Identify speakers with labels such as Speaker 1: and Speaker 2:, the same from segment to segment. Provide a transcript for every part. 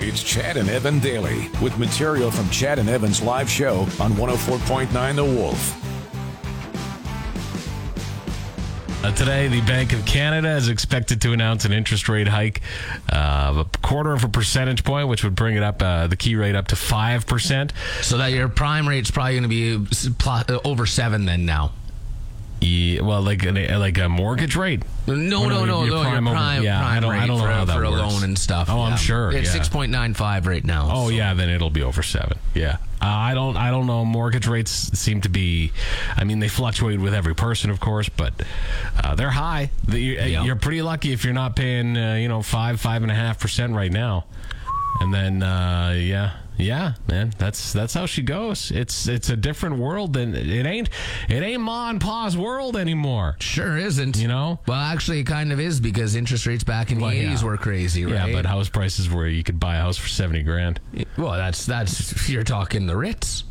Speaker 1: It's Chad and Evan daily with material from Chad and Evan's live show on 104.9 The Wolf.
Speaker 2: Uh, today, the Bank of Canada is expected to announce an interest rate hike uh, of a quarter of a percentage point, which would bring it up uh, the key rate up to five percent.
Speaker 3: So that your prime rate's probably going to be s- pl- uh, over seven then now.
Speaker 2: Yeah, E, well, like an, like a mortgage rate.
Speaker 3: No, no,
Speaker 2: Or
Speaker 3: no, no. Your prime,
Speaker 2: over-
Speaker 3: prime,
Speaker 2: yeah,
Speaker 3: prime
Speaker 2: I don't,
Speaker 3: rate
Speaker 2: I don't know
Speaker 3: for,
Speaker 2: how that
Speaker 3: for
Speaker 2: works.
Speaker 3: a loan and stuff.
Speaker 2: Oh,
Speaker 3: yeah.
Speaker 2: I'm sure.
Speaker 3: It's
Speaker 2: yeah.
Speaker 3: six point nine five right now.
Speaker 2: Oh
Speaker 3: so-
Speaker 2: yeah, then it'll be over seven. Yeah, uh, I don't, I don't know. Mortgage rates seem to be, I mean, they fluctuate with every person, of course, but uh, they're high. The, you- uh,
Speaker 3: Yeah.
Speaker 2: You're pretty lucky if you're not paying, uh, you know, five, five and a half percent right now. And then, uh, yeah, yeah, man, that's that's how she goes. It's it's a different world than it ain't it ain't ma and pa's world anymore.
Speaker 3: Sure isn't.
Speaker 2: You know.
Speaker 3: Well, actually, it kind of is because interest rates back in
Speaker 2: Well,
Speaker 3: the
Speaker 2: yeah.
Speaker 3: eighties were crazy, right?
Speaker 2: Yeah, but house prices where you could buy a house for seventy grand.
Speaker 3: well, that's that's you're talking the Ritz.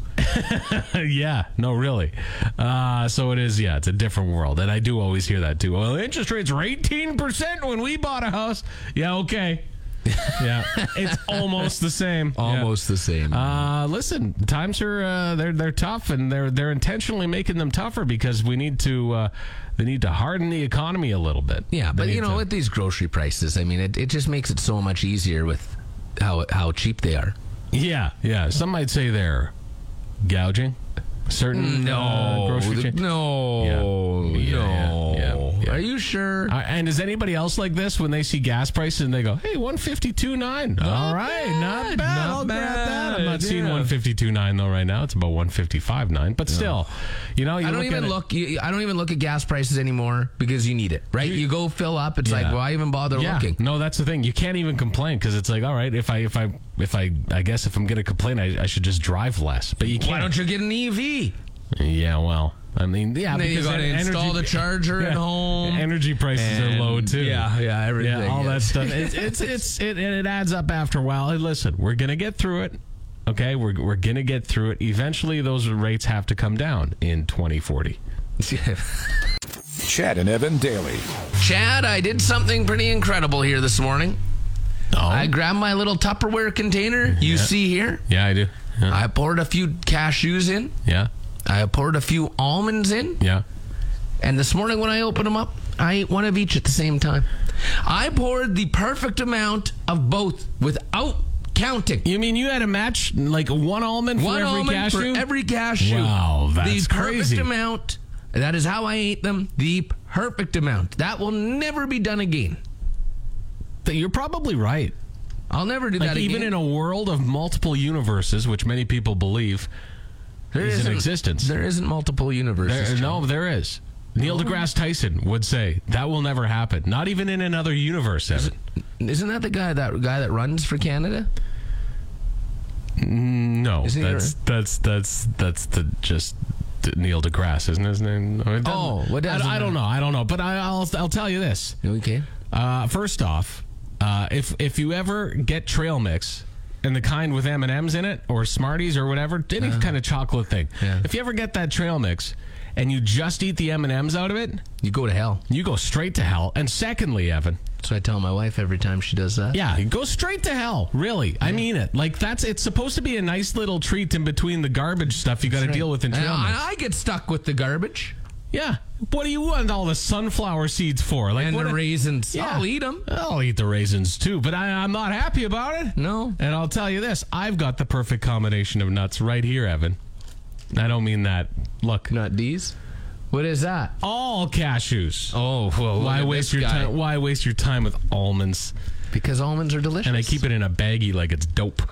Speaker 2: yeah, no, really. Uh, so it is, yeah, it's a different world. And I do always hear that too. Well, interest rates were 18% when we bought a house. Yeah, okay. Yeah, it's almost the same. Yeah.
Speaker 3: Almost the same.
Speaker 2: Uh, listen, times are uh, they're they're tough, and they're they're intentionally making them tougher because we need to uh, they need to harden the economy a little bit.
Speaker 3: yeah,
Speaker 2: They
Speaker 3: but
Speaker 2: need
Speaker 3: you know,
Speaker 2: to-
Speaker 3: with these grocery prices, I mean, it, it just makes it so much easier with how how cheap they are.
Speaker 2: yeah, yeah. Some might say they're gouging. Certain uh, grocery
Speaker 3: Mm, the-
Speaker 2: chain.
Speaker 3: no,
Speaker 2: Yeah. Yeah,
Speaker 3: no.
Speaker 2: yeah, yeah, yeah.
Speaker 3: Are you sure?
Speaker 2: Uh, and is anybody else like this when they see gas prices and they go, "Hey, one fifty two nine. All right, not bad.
Speaker 3: bad, not
Speaker 2: I'll grab that. I'm
Speaker 3: bad,
Speaker 2: not seeing
Speaker 3: yeah.
Speaker 2: one fifty two nine though right now. It's about one fifty five nine. But still, you know, you
Speaker 3: I don't
Speaker 2: look at
Speaker 3: even
Speaker 2: it-
Speaker 3: look. You, I don't even look at gas prices anymore because you need it, right? You, go fill up. It's
Speaker 2: Yeah.
Speaker 3: like why even bother
Speaker 2: Yeah, Mm,
Speaker 3: looking?
Speaker 2: no, that's the thing. You can't even complain because it's like, all right, if I, if I, if I, I guess if I'm gonna complain, I, I should just drive less. But you can't.
Speaker 3: Why don't you get an EV?
Speaker 2: Yeah, well, I mean, yeah,
Speaker 3: And then you
Speaker 2: because
Speaker 3: gotta
Speaker 2: en-
Speaker 3: install the charger at home.
Speaker 2: Energy prices
Speaker 3: And-
Speaker 2: are low too.
Speaker 3: yeah, yeah, everything,
Speaker 2: all
Speaker 3: yeah.
Speaker 2: that stuff. It's it's, it's it, it adds up after a while. And listen, we're gonna get through it. Okay, we're we're gonna get through it. Eventually, those rates have to come down in 2040.
Speaker 1: Chad and Evan daily.
Speaker 3: Chad, I did something pretty incredible here this morning. I grabbed my little Tupperware container you see here.
Speaker 2: Oh. Yeah, I do. Yeah,
Speaker 3: I poured a few cashews in.
Speaker 2: yeah,
Speaker 3: I poured a few almonds in.
Speaker 2: yeah.
Speaker 3: And this morning when I opened them up, I ate one of each at the same time. I poured the perfect amount of both without counting.
Speaker 2: You mean you had a match like one almond for
Speaker 3: One
Speaker 2: every
Speaker 3: almond
Speaker 2: cashew?
Speaker 3: for every cashew.
Speaker 2: Wow, that's
Speaker 3: the perfect
Speaker 2: crazy.
Speaker 3: amount. That is how I ate them. The perfect amount. That will never be done again.
Speaker 2: You're probably right.
Speaker 3: I'll never do
Speaker 2: Like
Speaker 3: that
Speaker 2: even
Speaker 3: again.
Speaker 2: in a world of multiple universes, which many people believe,
Speaker 3: there
Speaker 2: is in
Speaker 3: isn't-
Speaker 2: existence.
Speaker 3: There isn't multiple universes.
Speaker 2: There,
Speaker 3: Chad.
Speaker 2: no, there is. Neil deGrasse Tyson would say that will never happen. Not even in another universe, Evan.
Speaker 3: Isn't that the guy that guy that runs for Canada?
Speaker 2: Mm, No,
Speaker 3: Isn't he
Speaker 2: that's that's that's that's the just the Neil deGrasse, isn't his name? Or it doesn't-
Speaker 3: Oh, what doesn't
Speaker 2: I, I don't know. I don't know. But I, I'll I'll tell you this.
Speaker 3: Okay.
Speaker 2: Uh, first off, uh, if if you ever get trail mix and the kind with M and M's in it or Smarties or whatever, any kind of chocolate thing,
Speaker 3: Uh-huh. Yeah.
Speaker 2: if you ever get that trail mix and you just eat the M and M's out of it,
Speaker 3: You go to hell.
Speaker 2: you go straight to hell. And secondly, Evan.
Speaker 3: So I tell my wife every time she does that.
Speaker 2: Yeah, go straight to hell. Really, I mean it. Like that's it's supposed to be a nice little treat in between the garbage stuff you got to deal with in
Speaker 3: And
Speaker 2: trail mix.
Speaker 3: I, I get stuck with the garbage
Speaker 2: Yeah, what do you want all the sunflower seeds for? Like
Speaker 3: and
Speaker 2: what
Speaker 3: the
Speaker 2: a-
Speaker 3: raisins.
Speaker 2: Yeah.
Speaker 3: I'll eat them.
Speaker 2: I'll eat the raisins too, but I, I'm not happy about it.
Speaker 3: No.
Speaker 2: And I'll tell you this: I've got the perfect combination of nuts right here, Evan. I don't mean that. Look,
Speaker 3: Not these. What is that?
Speaker 2: all cashews.
Speaker 3: Oh, well, look
Speaker 2: why
Speaker 3: at
Speaker 2: waste
Speaker 3: this
Speaker 2: your
Speaker 3: guy.
Speaker 2: time? Why waste your time with almonds?
Speaker 3: Because almonds are delicious.
Speaker 2: And I keep it in a baggie like it's dope.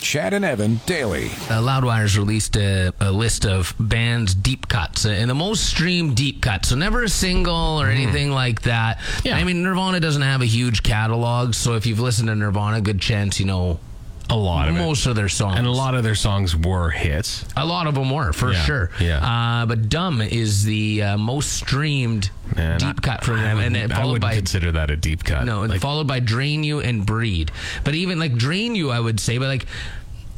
Speaker 1: Chad and Evan daily.
Speaker 3: uh, Loudwire's released a, a list of bands deep cuts uh, and the most streamed deep cuts. So never a single or anything like that.
Speaker 2: Yeah.
Speaker 3: I mean, Nirvana doesn't have a huge catalog, so if you've listened to Nirvana, good chance you know
Speaker 2: A lot of it.
Speaker 3: most of their songs.
Speaker 2: And a lot of their songs were hits.
Speaker 3: a lot of them were for
Speaker 2: Yeah,
Speaker 3: sure.
Speaker 2: yeah.
Speaker 3: Uh, but "Dumb" is the uh, most streamed
Speaker 2: Man,
Speaker 3: deep
Speaker 2: I-
Speaker 3: cut for
Speaker 2: I
Speaker 3: them, and
Speaker 2: wouldn't-
Speaker 3: then
Speaker 2: I
Speaker 3: followed
Speaker 2: wouldn't
Speaker 3: by
Speaker 2: consider that a deep cut.
Speaker 3: No, and
Speaker 2: Like,
Speaker 3: followed by drain you and breed. But even like drain you, I would say, but like.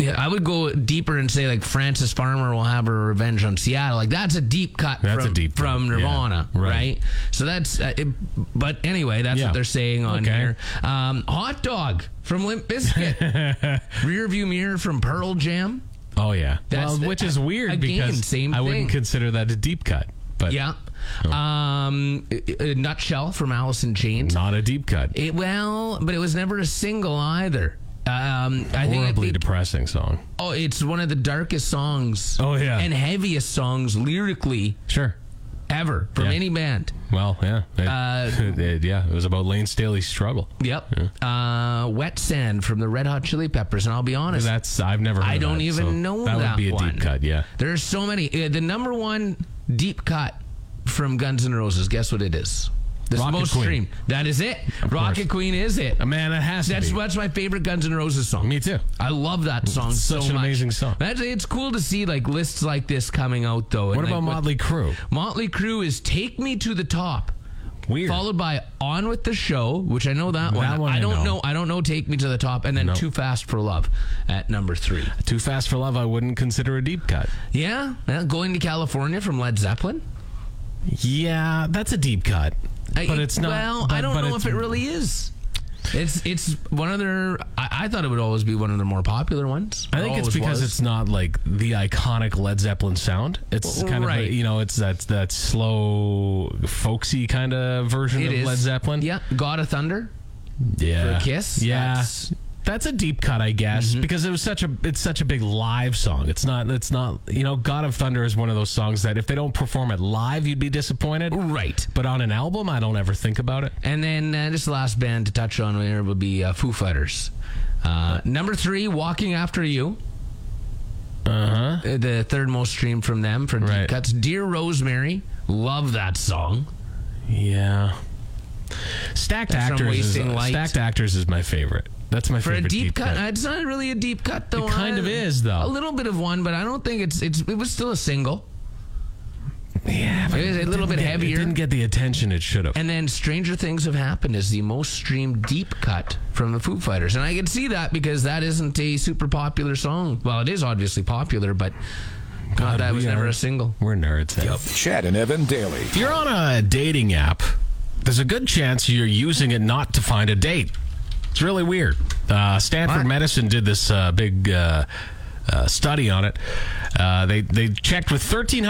Speaker 3: yeah, I would go deeper and say like Frances Farmer will have her revenge on Seattle. Like that's a deep cut
Speaker 2: That's
Speaker 3: from,
Speaker 2: a deep cut,
Speaker 3: from
Speaker 2: yeah,
Speaker 3: Nirvana,
Speaker 2: right.
Speaker 3: right. So that's uh, it, but anyway, that's
Speaker 2: Yeah.
Speaker 3: what they're saying on
Speaker 2: Okay.
Speaker 3: here. Um, hot dog from Limp Bizkit, rearview mirror from Pearl Jam.
Speaker 2: oh yeah,
Speaker 3: That's
Speaker 2: well,
Speaker 3: the-
Speaker 2: which is weird
Speaker 3: again,
Speaker 2: because
Speaker 3: same
Speaker 2: I wouldn't
Speaker 3: thing.
Speaker 2: consider that a deep cut, but
Speaker 3: Yeah,
Speaker 2: Oh.
Speaker 3: um, a, a nutshell from Alice in Chains.
Speaker 2: not a deep cut.
Speaker 3: It, well, but it was never a single either. Um, I think it'd
Speaker 2: Horribly
Speaker 3: be-
Speaker 2: depressing song.
Speaker 3: Oh, it's one of the darkest songs.
Speaker 2: Oh, yeah.
Speaker 3: and heaviest songs lyrically
Speaker 2: Sure.
Speaker 3: ever from
Speaker 2: Yeah.
Speaker 3: any band.
Speaker 2: Well, yeah, it,
Speaker 3: Uh,
Speaker 2: it- yeah. It was about Lane Staley's struggle.
Speaker 3: Yep. Uh, Wet Sand from the Red Hot Chili Peppers, and I'll be honest,
Speaker 2: That's I've never. Heard
Speaker 3: I
Speaker 2: of
Speaker 3: don't
Speaker 2: that,
Speaker 3: even
Speaker 2: so
Speaker 3: know
Speaker 2: that would
Speaker 3: that
Speaker 2: be a
Speaker 3: one.
Speaker 2: deep cut. Yeah.
Speaker 3: there's so many. Uh, the number one deep cut from Guns N' Roses. Guess what it is? The
Speaker 2: Rocket
Speaker 3: most
Speaker 2: Queen.
Speaker 3: streamed. That is it. Rocket
Speaker 2: course.
Speaker 3: Queen is it.
Speaker 2: Uh, Man, it has to
Speaker 3: That's
Speaker 2: be.
Speaker 3: that's my favorite Guns N' Roses song.
Speaker 2: Me too.
Speaker 3: I love that song
Speaker 2: It's
Speaker 3: so
Speaker 2: such
Speaker 3: much.
Speaker 2: an amazing song.
Speaker 3: That's, it's cool to see like lists like this coming out though.
Speaker 2: What
Speaker 3: and,
Speaker 2: about
Speaker 3: like,
Speaker 2: Motley Crue?
Speaker 3: Motley Crue is "Take Me to the Top,"
Speaker 2: Weird.
Speaker 3: followed by "On with the Show," which I know that, one.
Speaker 2: one I
Speaker 3: I don't
Speaker 2: know.
Speaker 3: know. I don't know "Take Me to the Top," and then
Speaker 2: No.
Speaker 3: "Too Fast for Love" at number three.
Speaker 2: Too Fast for Love. I wouldn't consider a deep cut.
Speaker 3: Yeah, yeah, going to California from Led Zeppelin.
Speaker 2: Yeah, that's a deep cut,
Speaker 3: I-
Speaker 2: but it's not.
Speaker 3: Well,
Speaker 2: but-
Speaker 3: I don't
Speaker 2: but
Speaker 3: know
Speaker 2: it's-
Speaker 3: if it really is. It's it's one of their. I, I thought it would always be one of their more popular ones.
Speaker 2: I think
Speaker 3: Or
Speaker 2: it's
Speaker 3: always
Speaker 2: because
Speaker 3: was.
Speaker 2: it's not like the iconic Led Zeppelin sound. It's kind of
Speaker 3: Right.
Speaker 2: a, you know, it's that that slow, folksy kind of version
Speaker 3: It
Speaker 2: of
Speaker 3: is.
Speaker 2: Led Zeppelin.
Speaker 3: Yeah, God of Thunder.
Speaker 2: yeah,
Speaker 3: for Kiss,
Speaker 2: Yeah, that's,
Speaker 3: that's- Mm-hmm.
Speaker 2: a deep cut, I guess, because it was such a it's such a big live song. It's not it's not you know, God of Thunder is one of those songs that if they don't perform it live, you'd be disappointed.
Speaker 3: Right.
Speaker 2: But on an album, I don't ever think about it.
Speaker 3: And then uh, just the last band to touch on here would be uh, Foo Fighters. Uh, number three, Walking After You. Uh-huh. The third most streamed from them for deep
Speaker 2: Right.
Speaker 3: cuts. Dear Rosemary, love that song.
Speaker 2: Yeah. Stacked
Speaker 3: That's from
Speaker 2: actors. Is,
Speaker 3: Wasting Light.
Speaker 2: Stacked actors is my favorite. That's my
Speaker 3: For a
Speaker 2: favorite
Speaker 3: deep, cut, it's not really a deep cut though.
Speaker 2: It kind
Speaker 3: I-
Speaker 2: of is, though.
Speaker 3: A little bit of one, but I don't think it's it's it was still a single.
Speaker 2: Yeah, but
Speaker 3: It was a
Speaker 2: it
Speaker 3: little
Speaker 2: didn't
Speaker 3: bit
Speaker 2: get-
Speaker 3: heavier.
Speaker 2: It didn't get the attention it should have.
Speaker 3: And then Stranger Things Have Happened is the most streamed deep cut from the Foo Fighters. And I can see that because that isn't a super popular song. Well, it is obviously popular, but
Speaker 2: God,
Speaker 3: not that it was
Speaker 2: we
Speaker 3: never
Speaker 2: are-
Speaker 3: a single.
Speaker 2: We're nerds. eh?
Speaker 1: Chad and Evan daily.
Speaker 2: If you're on a dating app, there's a good chance you're using it not to find a date. It's really weird. Uh, Stanford
Speaker 3: What?
Speaker 2: Medicine did this uh, big uh, uh, study on it. Uh, they they checked with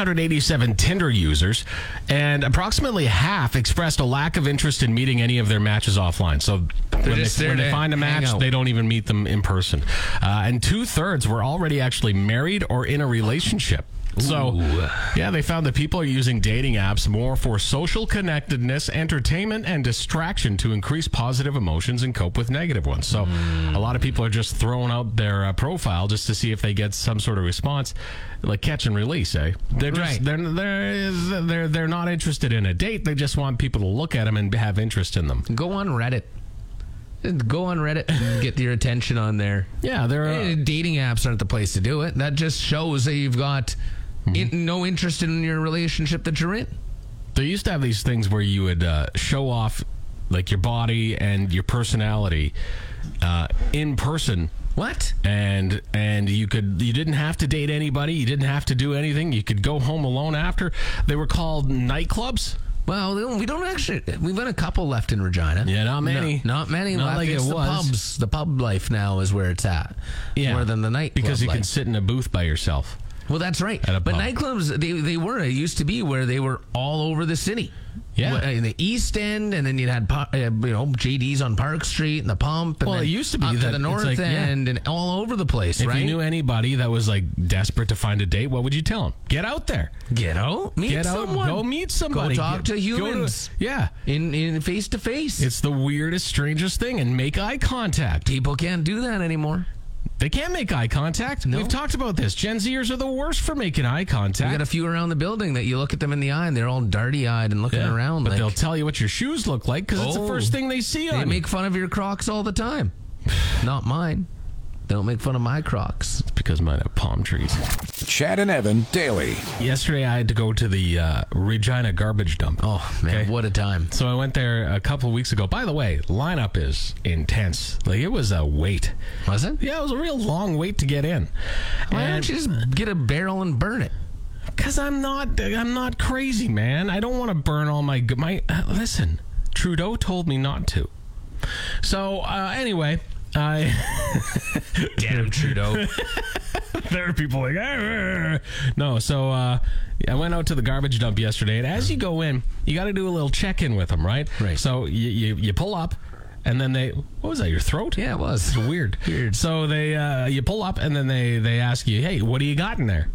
Speaker 2: 1,387 Tinder users, and approximately half expressed a lack of interest in meeting any of their matches offline. So when,
Speaker 3: just
Speaker 2: they,
Speaker 3: there
Speaker 2: when they
Speaker 3: to
Speaker 2: find a
Speaker 3: hang
Speaker 2: match,
Speaker 3: out.
Speaker 2: they don't even meet them in person. Uh, and two thirds were already actually married or in a relationship. So, yeah, they found that people are using dating apps more for social connectedness, entertainment, and distraction to increase positive emotions and cope with negative ones. So, a lot of people are just throwing out their uh, profile just to see if they get some sort of response, like catch and release. Eh? They're just
Speaker 3: Right.
Speaker 2: they're, they're they're they're not interested in a date. They just want people to look at them and have interest in them.
Speaker 3: Go on Reddit. Go on Reddit and get your attention on there.
Speaker 2: Yeah, they're uh,
Speaker 3: Eh, Dating apps aren't the place to do it. That just shows that you've got
Speaker 2: Mm-hmm.
Speaker 3: in, no interest in your relationship that you're in.
Speaker 2: They used to have these things where you would uh, show off like your body and your personality uh, in person.
Speaker 3: What?
Speaker 2: And and you could you didn't have to date anybody you didn't have to do anything you could go home alone after they were called nightclubs
Speaker 3: Well, we don't- we don't actually. We've got a couple left in Regina.
Speaker 2: Yeah, not many.
Speaker 3: No, not many
Speaker 2: Not
Speaker 3: left.
Speaker 2: like
Speaker 3: it's
Speaker 2: it
Speaker 3: the
Speaker 2: was.
Speaker 3: pubs. The pub life now is where it's at.
Speaker 2: Yeah.
Speaker 3: more than the night
Speaker 2: because you
Speaker 3: life.
Speaker 2: can sit in a booth by yourself
Speaker 3: Well, that's right.
Speaker 2: At a
Speaker 3: But
Speaker 2: pub.
Speaker 3: nightclubs, they, they were. It used to be where they were all over the city.
Speaker 2: Yeah.
Speaker 3: Well, in the East End, and then you had par- uh, you know JD's on Park Street and the Pump. And
Speaker 2: Well,
Speaker 3: then
Speaker 2: it used to be
Speaker 3: up
Speaker 2: that
Speaker 3: to the
Speaker 2: it's
Speaker 3: North
Speaker 2: like, yeah.
Speaker 3: End and all over the place.
Speaker 2: if
Speaker 3: right?
Speaker 2: you knew anybody that was like desperate to find a date what would you tell them get out there
Speaker 3: get out, meet
Speaker 2: get
Speaker 3: someone,
Speaker 2: out go meet somebody
Speaker 3: Go talk
Speaker 2: Get-
Speaker 3: to
Speaker 2: go
Speaker 3: humans.
Speaker 2: yeah
Speaker 3: in in face to face.
Speaker 2: it's the weirdest strangest thing and make eye contact
Speaker 3: People can't do that anymore.
Speaker 2: They can't make eye contact.
Speaker 3: No.
Speaker 2: We've talked about this. Gen Zers are the worst for making eye
Speaker 3: We
Speaker 2: contact.
Speaker 3: got a few around the building that you look at them in the eye and they're all darty eyed and looking
Speaker 2: Yeah.
Speaker 3: around.
Speaker 2: but
Speaker 3: like,
Speaker 2: they'll tell you what your shoes look like because it's the
Speaker 3: Oh.
Speaker 2: first thing they see on
Speaker 3: They
Speaker 2: you.
Speaker 3: make fun of your Crocs all the time. Not mine. They don't make fun of my Crocs.
Speaker 2: because mine have palm trees.
Speaker 1: Chad and Evan daily.
Speaker 2: Yesterday, I had to go to the uh, Regina garbage dump.
Speaker 3: Oh man,
Speaker 2: Okay.
Speaker 3: what a time!
Speaker 2: So I went there a couple of weeks ago. By the way, lineup is intense. Like it was a wait.
Speaker 3: Was it?
Speaker 2: Yeah, it was a real long wait to get in.
Speaker 3: Why don't you just get a barrel and burn it?
Speaker 2: Because I'm not, I'm not crazy, man. I don't want to burn all my, g- my. Uh, listen, Trudeau told me not to. So uh, anyway, I.
Speaker 3: Damn Trudeau!
Speaker 2: there are people like "Arr." no so uh i went out to the garbage dump yesterday and as you go in you got to do a little check-in with them right
Speaker 3: Right.
Speaker 2: so you, you you pull up and then they what was that your throat
Speaker 3: yeah, it was
Speaker 2: weird
Speaker 3: Weird.
Speaker 2: so they uh you pull up and then they they ask you hey what do you got in there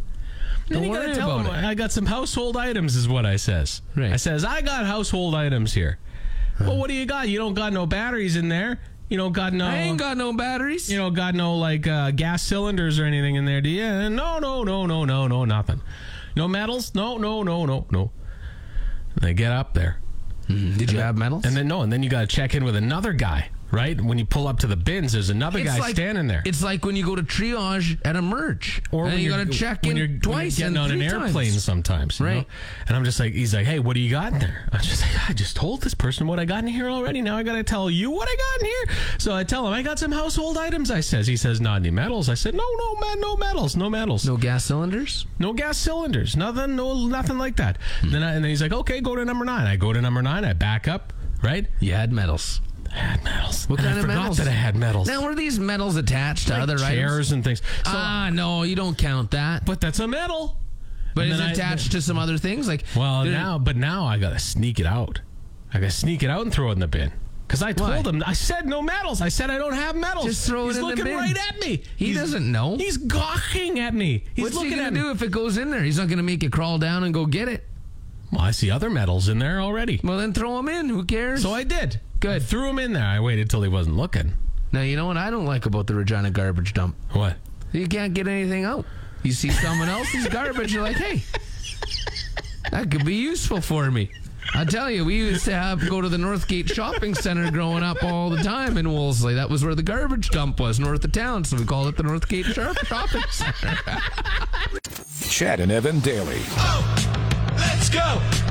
Speaker 2: And
Speaker 3: Don't
Speaker 2: you gotta
Speaker 3: worry
Speaker 2: tell
Speaker 3: about
Speaker 2: them, I got some household items, is what I says.
Speaker 3: Right.
Speaker 2: I says I got household items here. Well, what do you got? You don't got no batteries in there. You don't got no.
Speaker 3: I ain't got no batteries.
Speaker 2: You know, got no like uh, gas cylinders or anything in there, do you? And No, no, no, no, no, no, nothing. No metals? No, no, no, no, no. And they get up there,
Speaker 3: Did you have medals?
Speaker 2: and then no, and then you got to check in with another guy, right? When you pull up to the bins, there's another guy standing there.
Speaker 3: It's like when you go to triage at a merge, and you got to check
Speaker 2: when
Speaker 3: in
Speaker 2: you're,
Speaker 3: twice
Speaker 2: when
Speaker 3: and
Speaker 2: you're getting
Speaker 3: three
Speaker 2: on an airplane
Speaker 3: times.
Speaker 2: sometimes, you
Speaker 3: Right.
Speaker 2: know? And I'm just like, he's like, hey, what do you got in there? I'm just like, I just told this person what I got in here already. Now I got to tell you what I got in here. So I tell him I got some household items. I says, he says, not any metals. I said, no, no, man, no metals, no metals, no,
Speaker 3: No gas cylinders.
Speaker 2: gas cylinders, nothing, no, nothing like that.
Speaker 3: Hmm.
Speaker 2: Then I, and then he's like, okay, go to number nine. I go to number nine. I back up. Right?
Speaker 3: You had medals.
Speaker 2: I had metals.
Speaker 3: What
Speaker 2: And
Speaker 3: kind
Speaker 2: I
Speaker 3: of
Speaker 2: forgot
Speaker 3: metals?
Speaker 2: that I had metals.
Speaker 3: Now were these medals attached to other items?
Speaker 2: chairs and things. So,
Speaker 3: ah, no, you don't count that.
Speaker 2: but that's a metal.
Speaker 3: But
Speaker 2: and
Speaker 3: it's
Speaker 2: then I-
Speaker 3: attached to some other things, like
Speaker 2: Well,
Speaker 3: there-
Speaker 2: now, but now I gotta sneak it out. I gotta sneak it out and throw it in the bin. Because I told
Speaker 3: Why?
Speaker 2: him, I said no medals. I said I don't have medals.
Speaker 3: Just throw it
Speaker 2: he's
Speaker 3: in the
Speaker 2: looking
Speaker 3: bin.
Speaker 2: right at me.
Speaker 3: He
Speaker 2: He's-
Speaker 3: doesn't know.
Speaker 2: He's gawking at me. He's
Speaker 3: What's he
Speaker 2: looking
Speaker 3: gonna
Speaker 2: at me.
Speaker 3: do if it goes in there? He's not gonna make it crawl down and go get it.
Speaker 2: Well, I see other medals in there already.
Speaker 3: Well, then throw him in. Who cares?
Speaker 2: So I did.
Speaker 3: Good.
Speaker 2: I threw him in there. I waited till he wasn't looking.
Speaker 3: now you know what I don't like about the Regina garbage dump.
Speaker 2: What?
Speaker 3: You can't get anything out. You see someone else's garbage, you're like, hey, that could be useful for me. I tell you, we used to have go to the Northgate Shopping Center growing up all the time in Wolseley. That was where the garbage dump was, north of town, so we called it the Northgate Shop- Shopping Center.
Speaker 1: Chad and Evan daily.
Speaker 4: Let's go.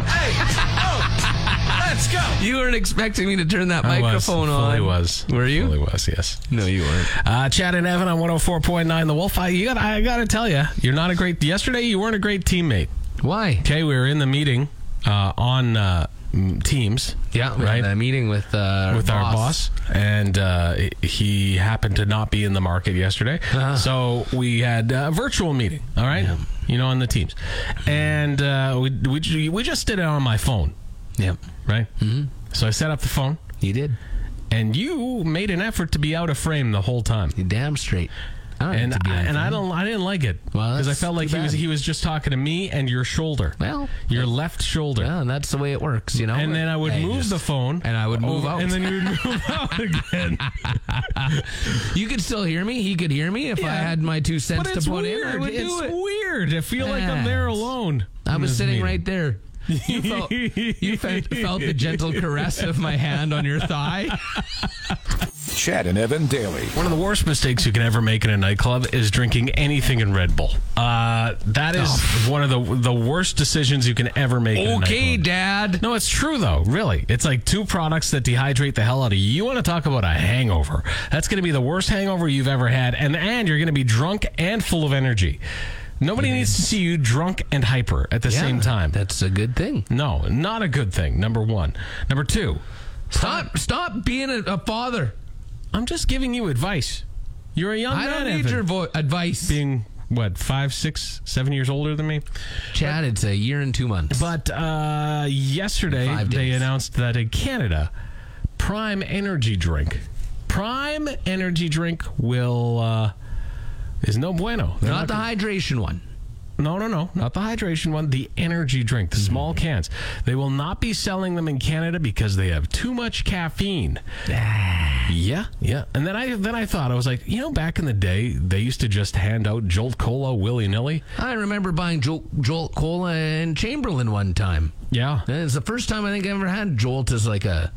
Speaker 4: Hey. Oh. Let's go.
Speaker 3: You weren't expecting me to turn that
Speaker 2: I
Speaker 3: microphone
Speaker 2: was,
Speaker 3: on.
Speaker 2: Fully was.
Speaker 3: Were you?
Speaker 2: Fully was. Yes.
Speaker 3: No, you weren't.
Speaker 2: Uh, Chad and Evan on 104.9 The Wolf. I, you got, I got to tell you, you're not a great. Yesterday, you weren't a great teammate.
Speaker 3: Why?
Speaker 2: Okay, we were in the meeting uh, on uh, m- Teams.
Speaker 3: Yeah, we
Speaker 2: right.
Speaker 3: had a meeting with uh,
Speaker 2: with our boss, and uh, he happened to not be in the market yesterday,
Speaker 3: Ah.
Speaker 2: so we had a virtual meeting. All right, you know, on the Teams, and uh, we, we ju- we just did it on my phone,
Speaker 3: Yep,
Speaker 2: right? Mm-hmm. So I set up the phone,
Speaker 3: you did.
Speaker 2: and you made an effort to be out of frame the whole time.
Speaker 3: You damn straight. I don't
Speaker 2: And
Speaker 3: have to be
Speaker 2: I,
Speaker 3: on
Speaker 2: and I
Speaker 3: time.
Speaker 2: don't I didn't like it
Speaker 3: Well,
Speaker 2: because I
Speaker 3: that's
Speaker 2: felt like
Speaker 3: too
Speaker 2: he was
Speaker 3: bad.
Speaker 2: he was just talking to me and your shoulder,
Speaker 3: Well,
Speaker 2: your left shoulder.
Speaker 3: yeah, and that's the way it works, you know.
Speaker 2: and then I would
Speaker 3: Hey,
Speaker 2: move
Speaker 3: just-
Speaker 2: the phone,
Speaker 3: and I would move
Speaker 2: over-
Speaker 3: out.
Speaker 2: and then you would move out again.
Speaker 3: You could still hear me. He could hear me if I
Speaker 2: Yeah.
Speaker 3: had my two cents
Speaker 2: But
Speaker 3: to
Speaker 2: it's
Speaker 3: put
Speaker 2: weird.
Speaker 3: in. I would
Speaker 2: it's
Speaker 3: do it.
Speaker 2: weird. I feel like I'm there
Speaker 3: Yes.
Speaker 2: alone.
Speaker 3: I
Speaker 2: in
Speaker 3: was
Speaker 2: this
Speaker 3: sitting
Speaker 2: meeting.
Speaker 3: right there. You felt, you felt, felt the gentle caress of my hand on your thigh.
Speaker 1: Chad and Evan daily.
Speaker 2: One of the worst mistakes you can ever make in a nightclub is drinking anything in Red Bull. Uh, that is one of the the worst decisions you can ever make. in a
Speaker 3: Oh. okay,
Speaker 2: nightclub.
Speaker 3: Dad.
Speaker 2: No, it's true though. Really, it's like two products that dehydrate the hell out of you. You want to talk about a hangover? That's going to be the worst hangover you've ever had, and and you're going to be drunk and full of energy. Nobody needs to see you drunk and hyper at the same time.
Speaker 3: That's a good thing.
Speaker 2: No, not a good thing. Number one. Number two.
Speaker 3: Stop, stop being a, a father.
Speaker 2: I'm just giving you advice. You're a young
Speaker 3: I
Speaker 2: man.
Speaker 3: don't need
Speaker 2: Evan.
Speaker 3: your vo- advice.
Speaker 2: being what five, six, seven years older than me.
Speaker 3: Chad, it's a year and two months.
Speaker 2: But uh, yesterday
Speaker 3: Five
Speaker 2: they
Speaker 3: days.
Speaker 2: announced that in Canada, Prime Energy drink, Prime Energy drink will uh, is no bueno. They're
Speaker 3: not the Hmm. hydration one.
Speaker 2: not- No, no, no. Not the hydration one, the energy drink, the small cans. They will not be selling them in Canada because they have too much caffeine.
Speaker 3: Ah.
Speaker 2: yeah, yeah. And then I then I thought I was like, you know, back in the day, they used to just hand out Jolt Cola willy-nilly.
Speaker 3: I remember buying Jolt, Jolt Cola and Chamberlain one time.
Speaker 2: Yeah.
Speaker 3: And it's the first time I think I ever had Jolt as like a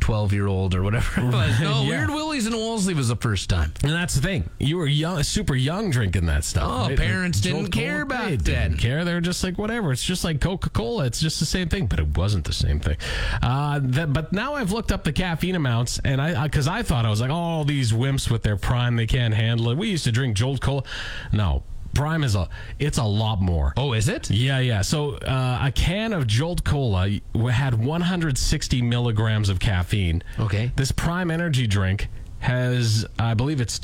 Speaker 3: 12 year old or whatever it was. No,
Speaker 2: Yeah.
Speaker 3: Weird Willie's and Wolseley was the first time.
Speaker 2: And that's the thing. You were young, super young drinking that stuff.
Speaker 3: Oh, parents didn't
Speaker 2: Cola-
Speaker 3: care back
Speaker 2: they
Speaker 3: then.
Speaker 2: Didn't care. They were just like, whatever. It's just like Coca Cola. It's just the same thing, but it wasn't the same thing. Uh, that, but now I've looked up the caffeine amounts, and I, because I, thought I was like, all these wimps with their prime, they can't handle it. We used to drink Jolt Cola. No, prime is a, it's a lot more.
Speaker 3: Oh, is it?
Speaker 2: Yeah, yeah. So uh, a can of Jolt Cola had 160 milligrams of caffeine.
Speaker 3: Okay.
Speaker 2: This Prime Energy drink has, I believe it's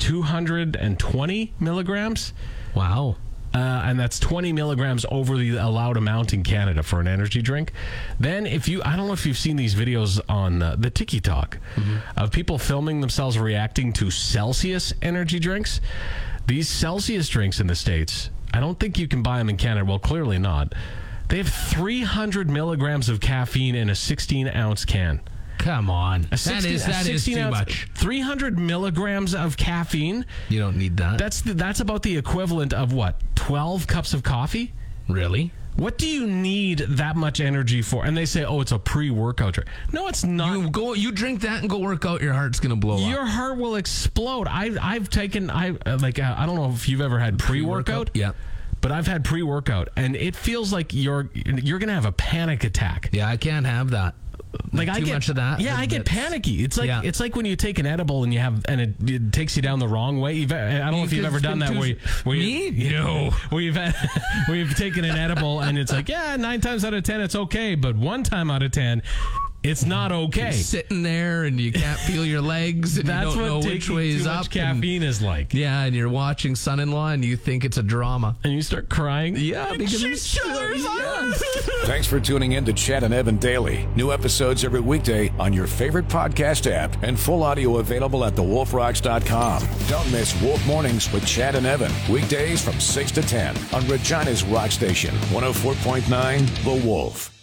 Speaker 2: 220 milligrams,
Speaker 3: Wow.
Speaker 2: uh, and that's 20 milligrams over the allowed amount in Canada for an energy drink. Then, if you, I don't know if you've seen these videos on uh, the Tiki Talk of people filming themselves reacting to Celsius energy drinks. These Celsius drinks in the States, I don't think you can buy them in Canada. Well, clearly not. They have 300 milligrams of caffeine in a 16 ounce can.
Speaker 3: Come on.
Speaker 2: A 16
Speaker 3: that is,
Speaker 2: a
Speaker 3: that is
Speaker 2: 16
Speaker 3: too
Speaker 2: ounce-
Speaker 3: much.
Speaker 2: 300 milligrams of caffeine.
Speaker 3: You don't need that.
Speaker 2: That's the, that's about the equivalent of what? 12 cups of coffee?
Speaker 3: really?
Speaker 2: What do you need that much energy for? And they say, "Oh, it's a pre-workout drink." No, it's not.
Speaker 3: You go. You drink that and go work out. Your heart's gonna blow up.
Speaker 2: Uh, your heart will explode. I, I've taken I uh, like uh, I don't know if you've ever had pre-workout,
Speaker 3: Yeah.
Speaker 2: but I've had pre-workout, and it feels like you're you're gonna have a panic attack.
Speaker 3: Yeah, I can't have that.
Speaker 2: like I
Speaker 3: too
Speaker 2: get,
Speaker 3: much of that.
Speaker 2: Yeah, I get
Speaker 3: That's-
Speaker 2: panicky. It's like
Speaker 3: Yeah.
Speaker 2: it's like when you take an edible and you have and it, it takes you down the wrong way. You've, I don't know if you've
Speaker 3: Because
Speaker 2: ever
Speaker 3: it's
Speaker 2: done
Speaker 3: been
Speaker 2: that.
Speaker 3: too-
Speaker 2: Where you, where you-
Speaker 3: Me? No.
Speaker 2: Where you've had, where you've taken an edible and it's like yeah, nine times out of ten it's okay, but one time out of ten, it's not okay.
Speaker 3: Sitting there and you can't feel your legs and
Speaker 2: That's
Speaker 3: you
Speaker 2: what
Speaker 3: don't know
Speaker 2: taking
Speaker 3: which way
Speaker 2: too
Speaker 3: is
Speaker 2: much
Speaker 3: up. and-
Speaker 2: caffeine is like.
Speaker 3: yeah, and you're watching son-in-law and you think it's a drama.
Speaker 2: And you start crying.
Speaker 3: Yeah, because
Speaker 2: She
Speaker 3: it's-
Speaker 2: shudders.
Speaker 1: Thanks for tuning in to Chad and Evan Daily. New episodes every weekday on your favorite podcast app and full audio available at thewolfrocks.com. Don't miss Wolf Mornings with Chad and Evan. oh Weekdays from 6 to 10 on Regina's Rock Station, 104.9 The Wolf.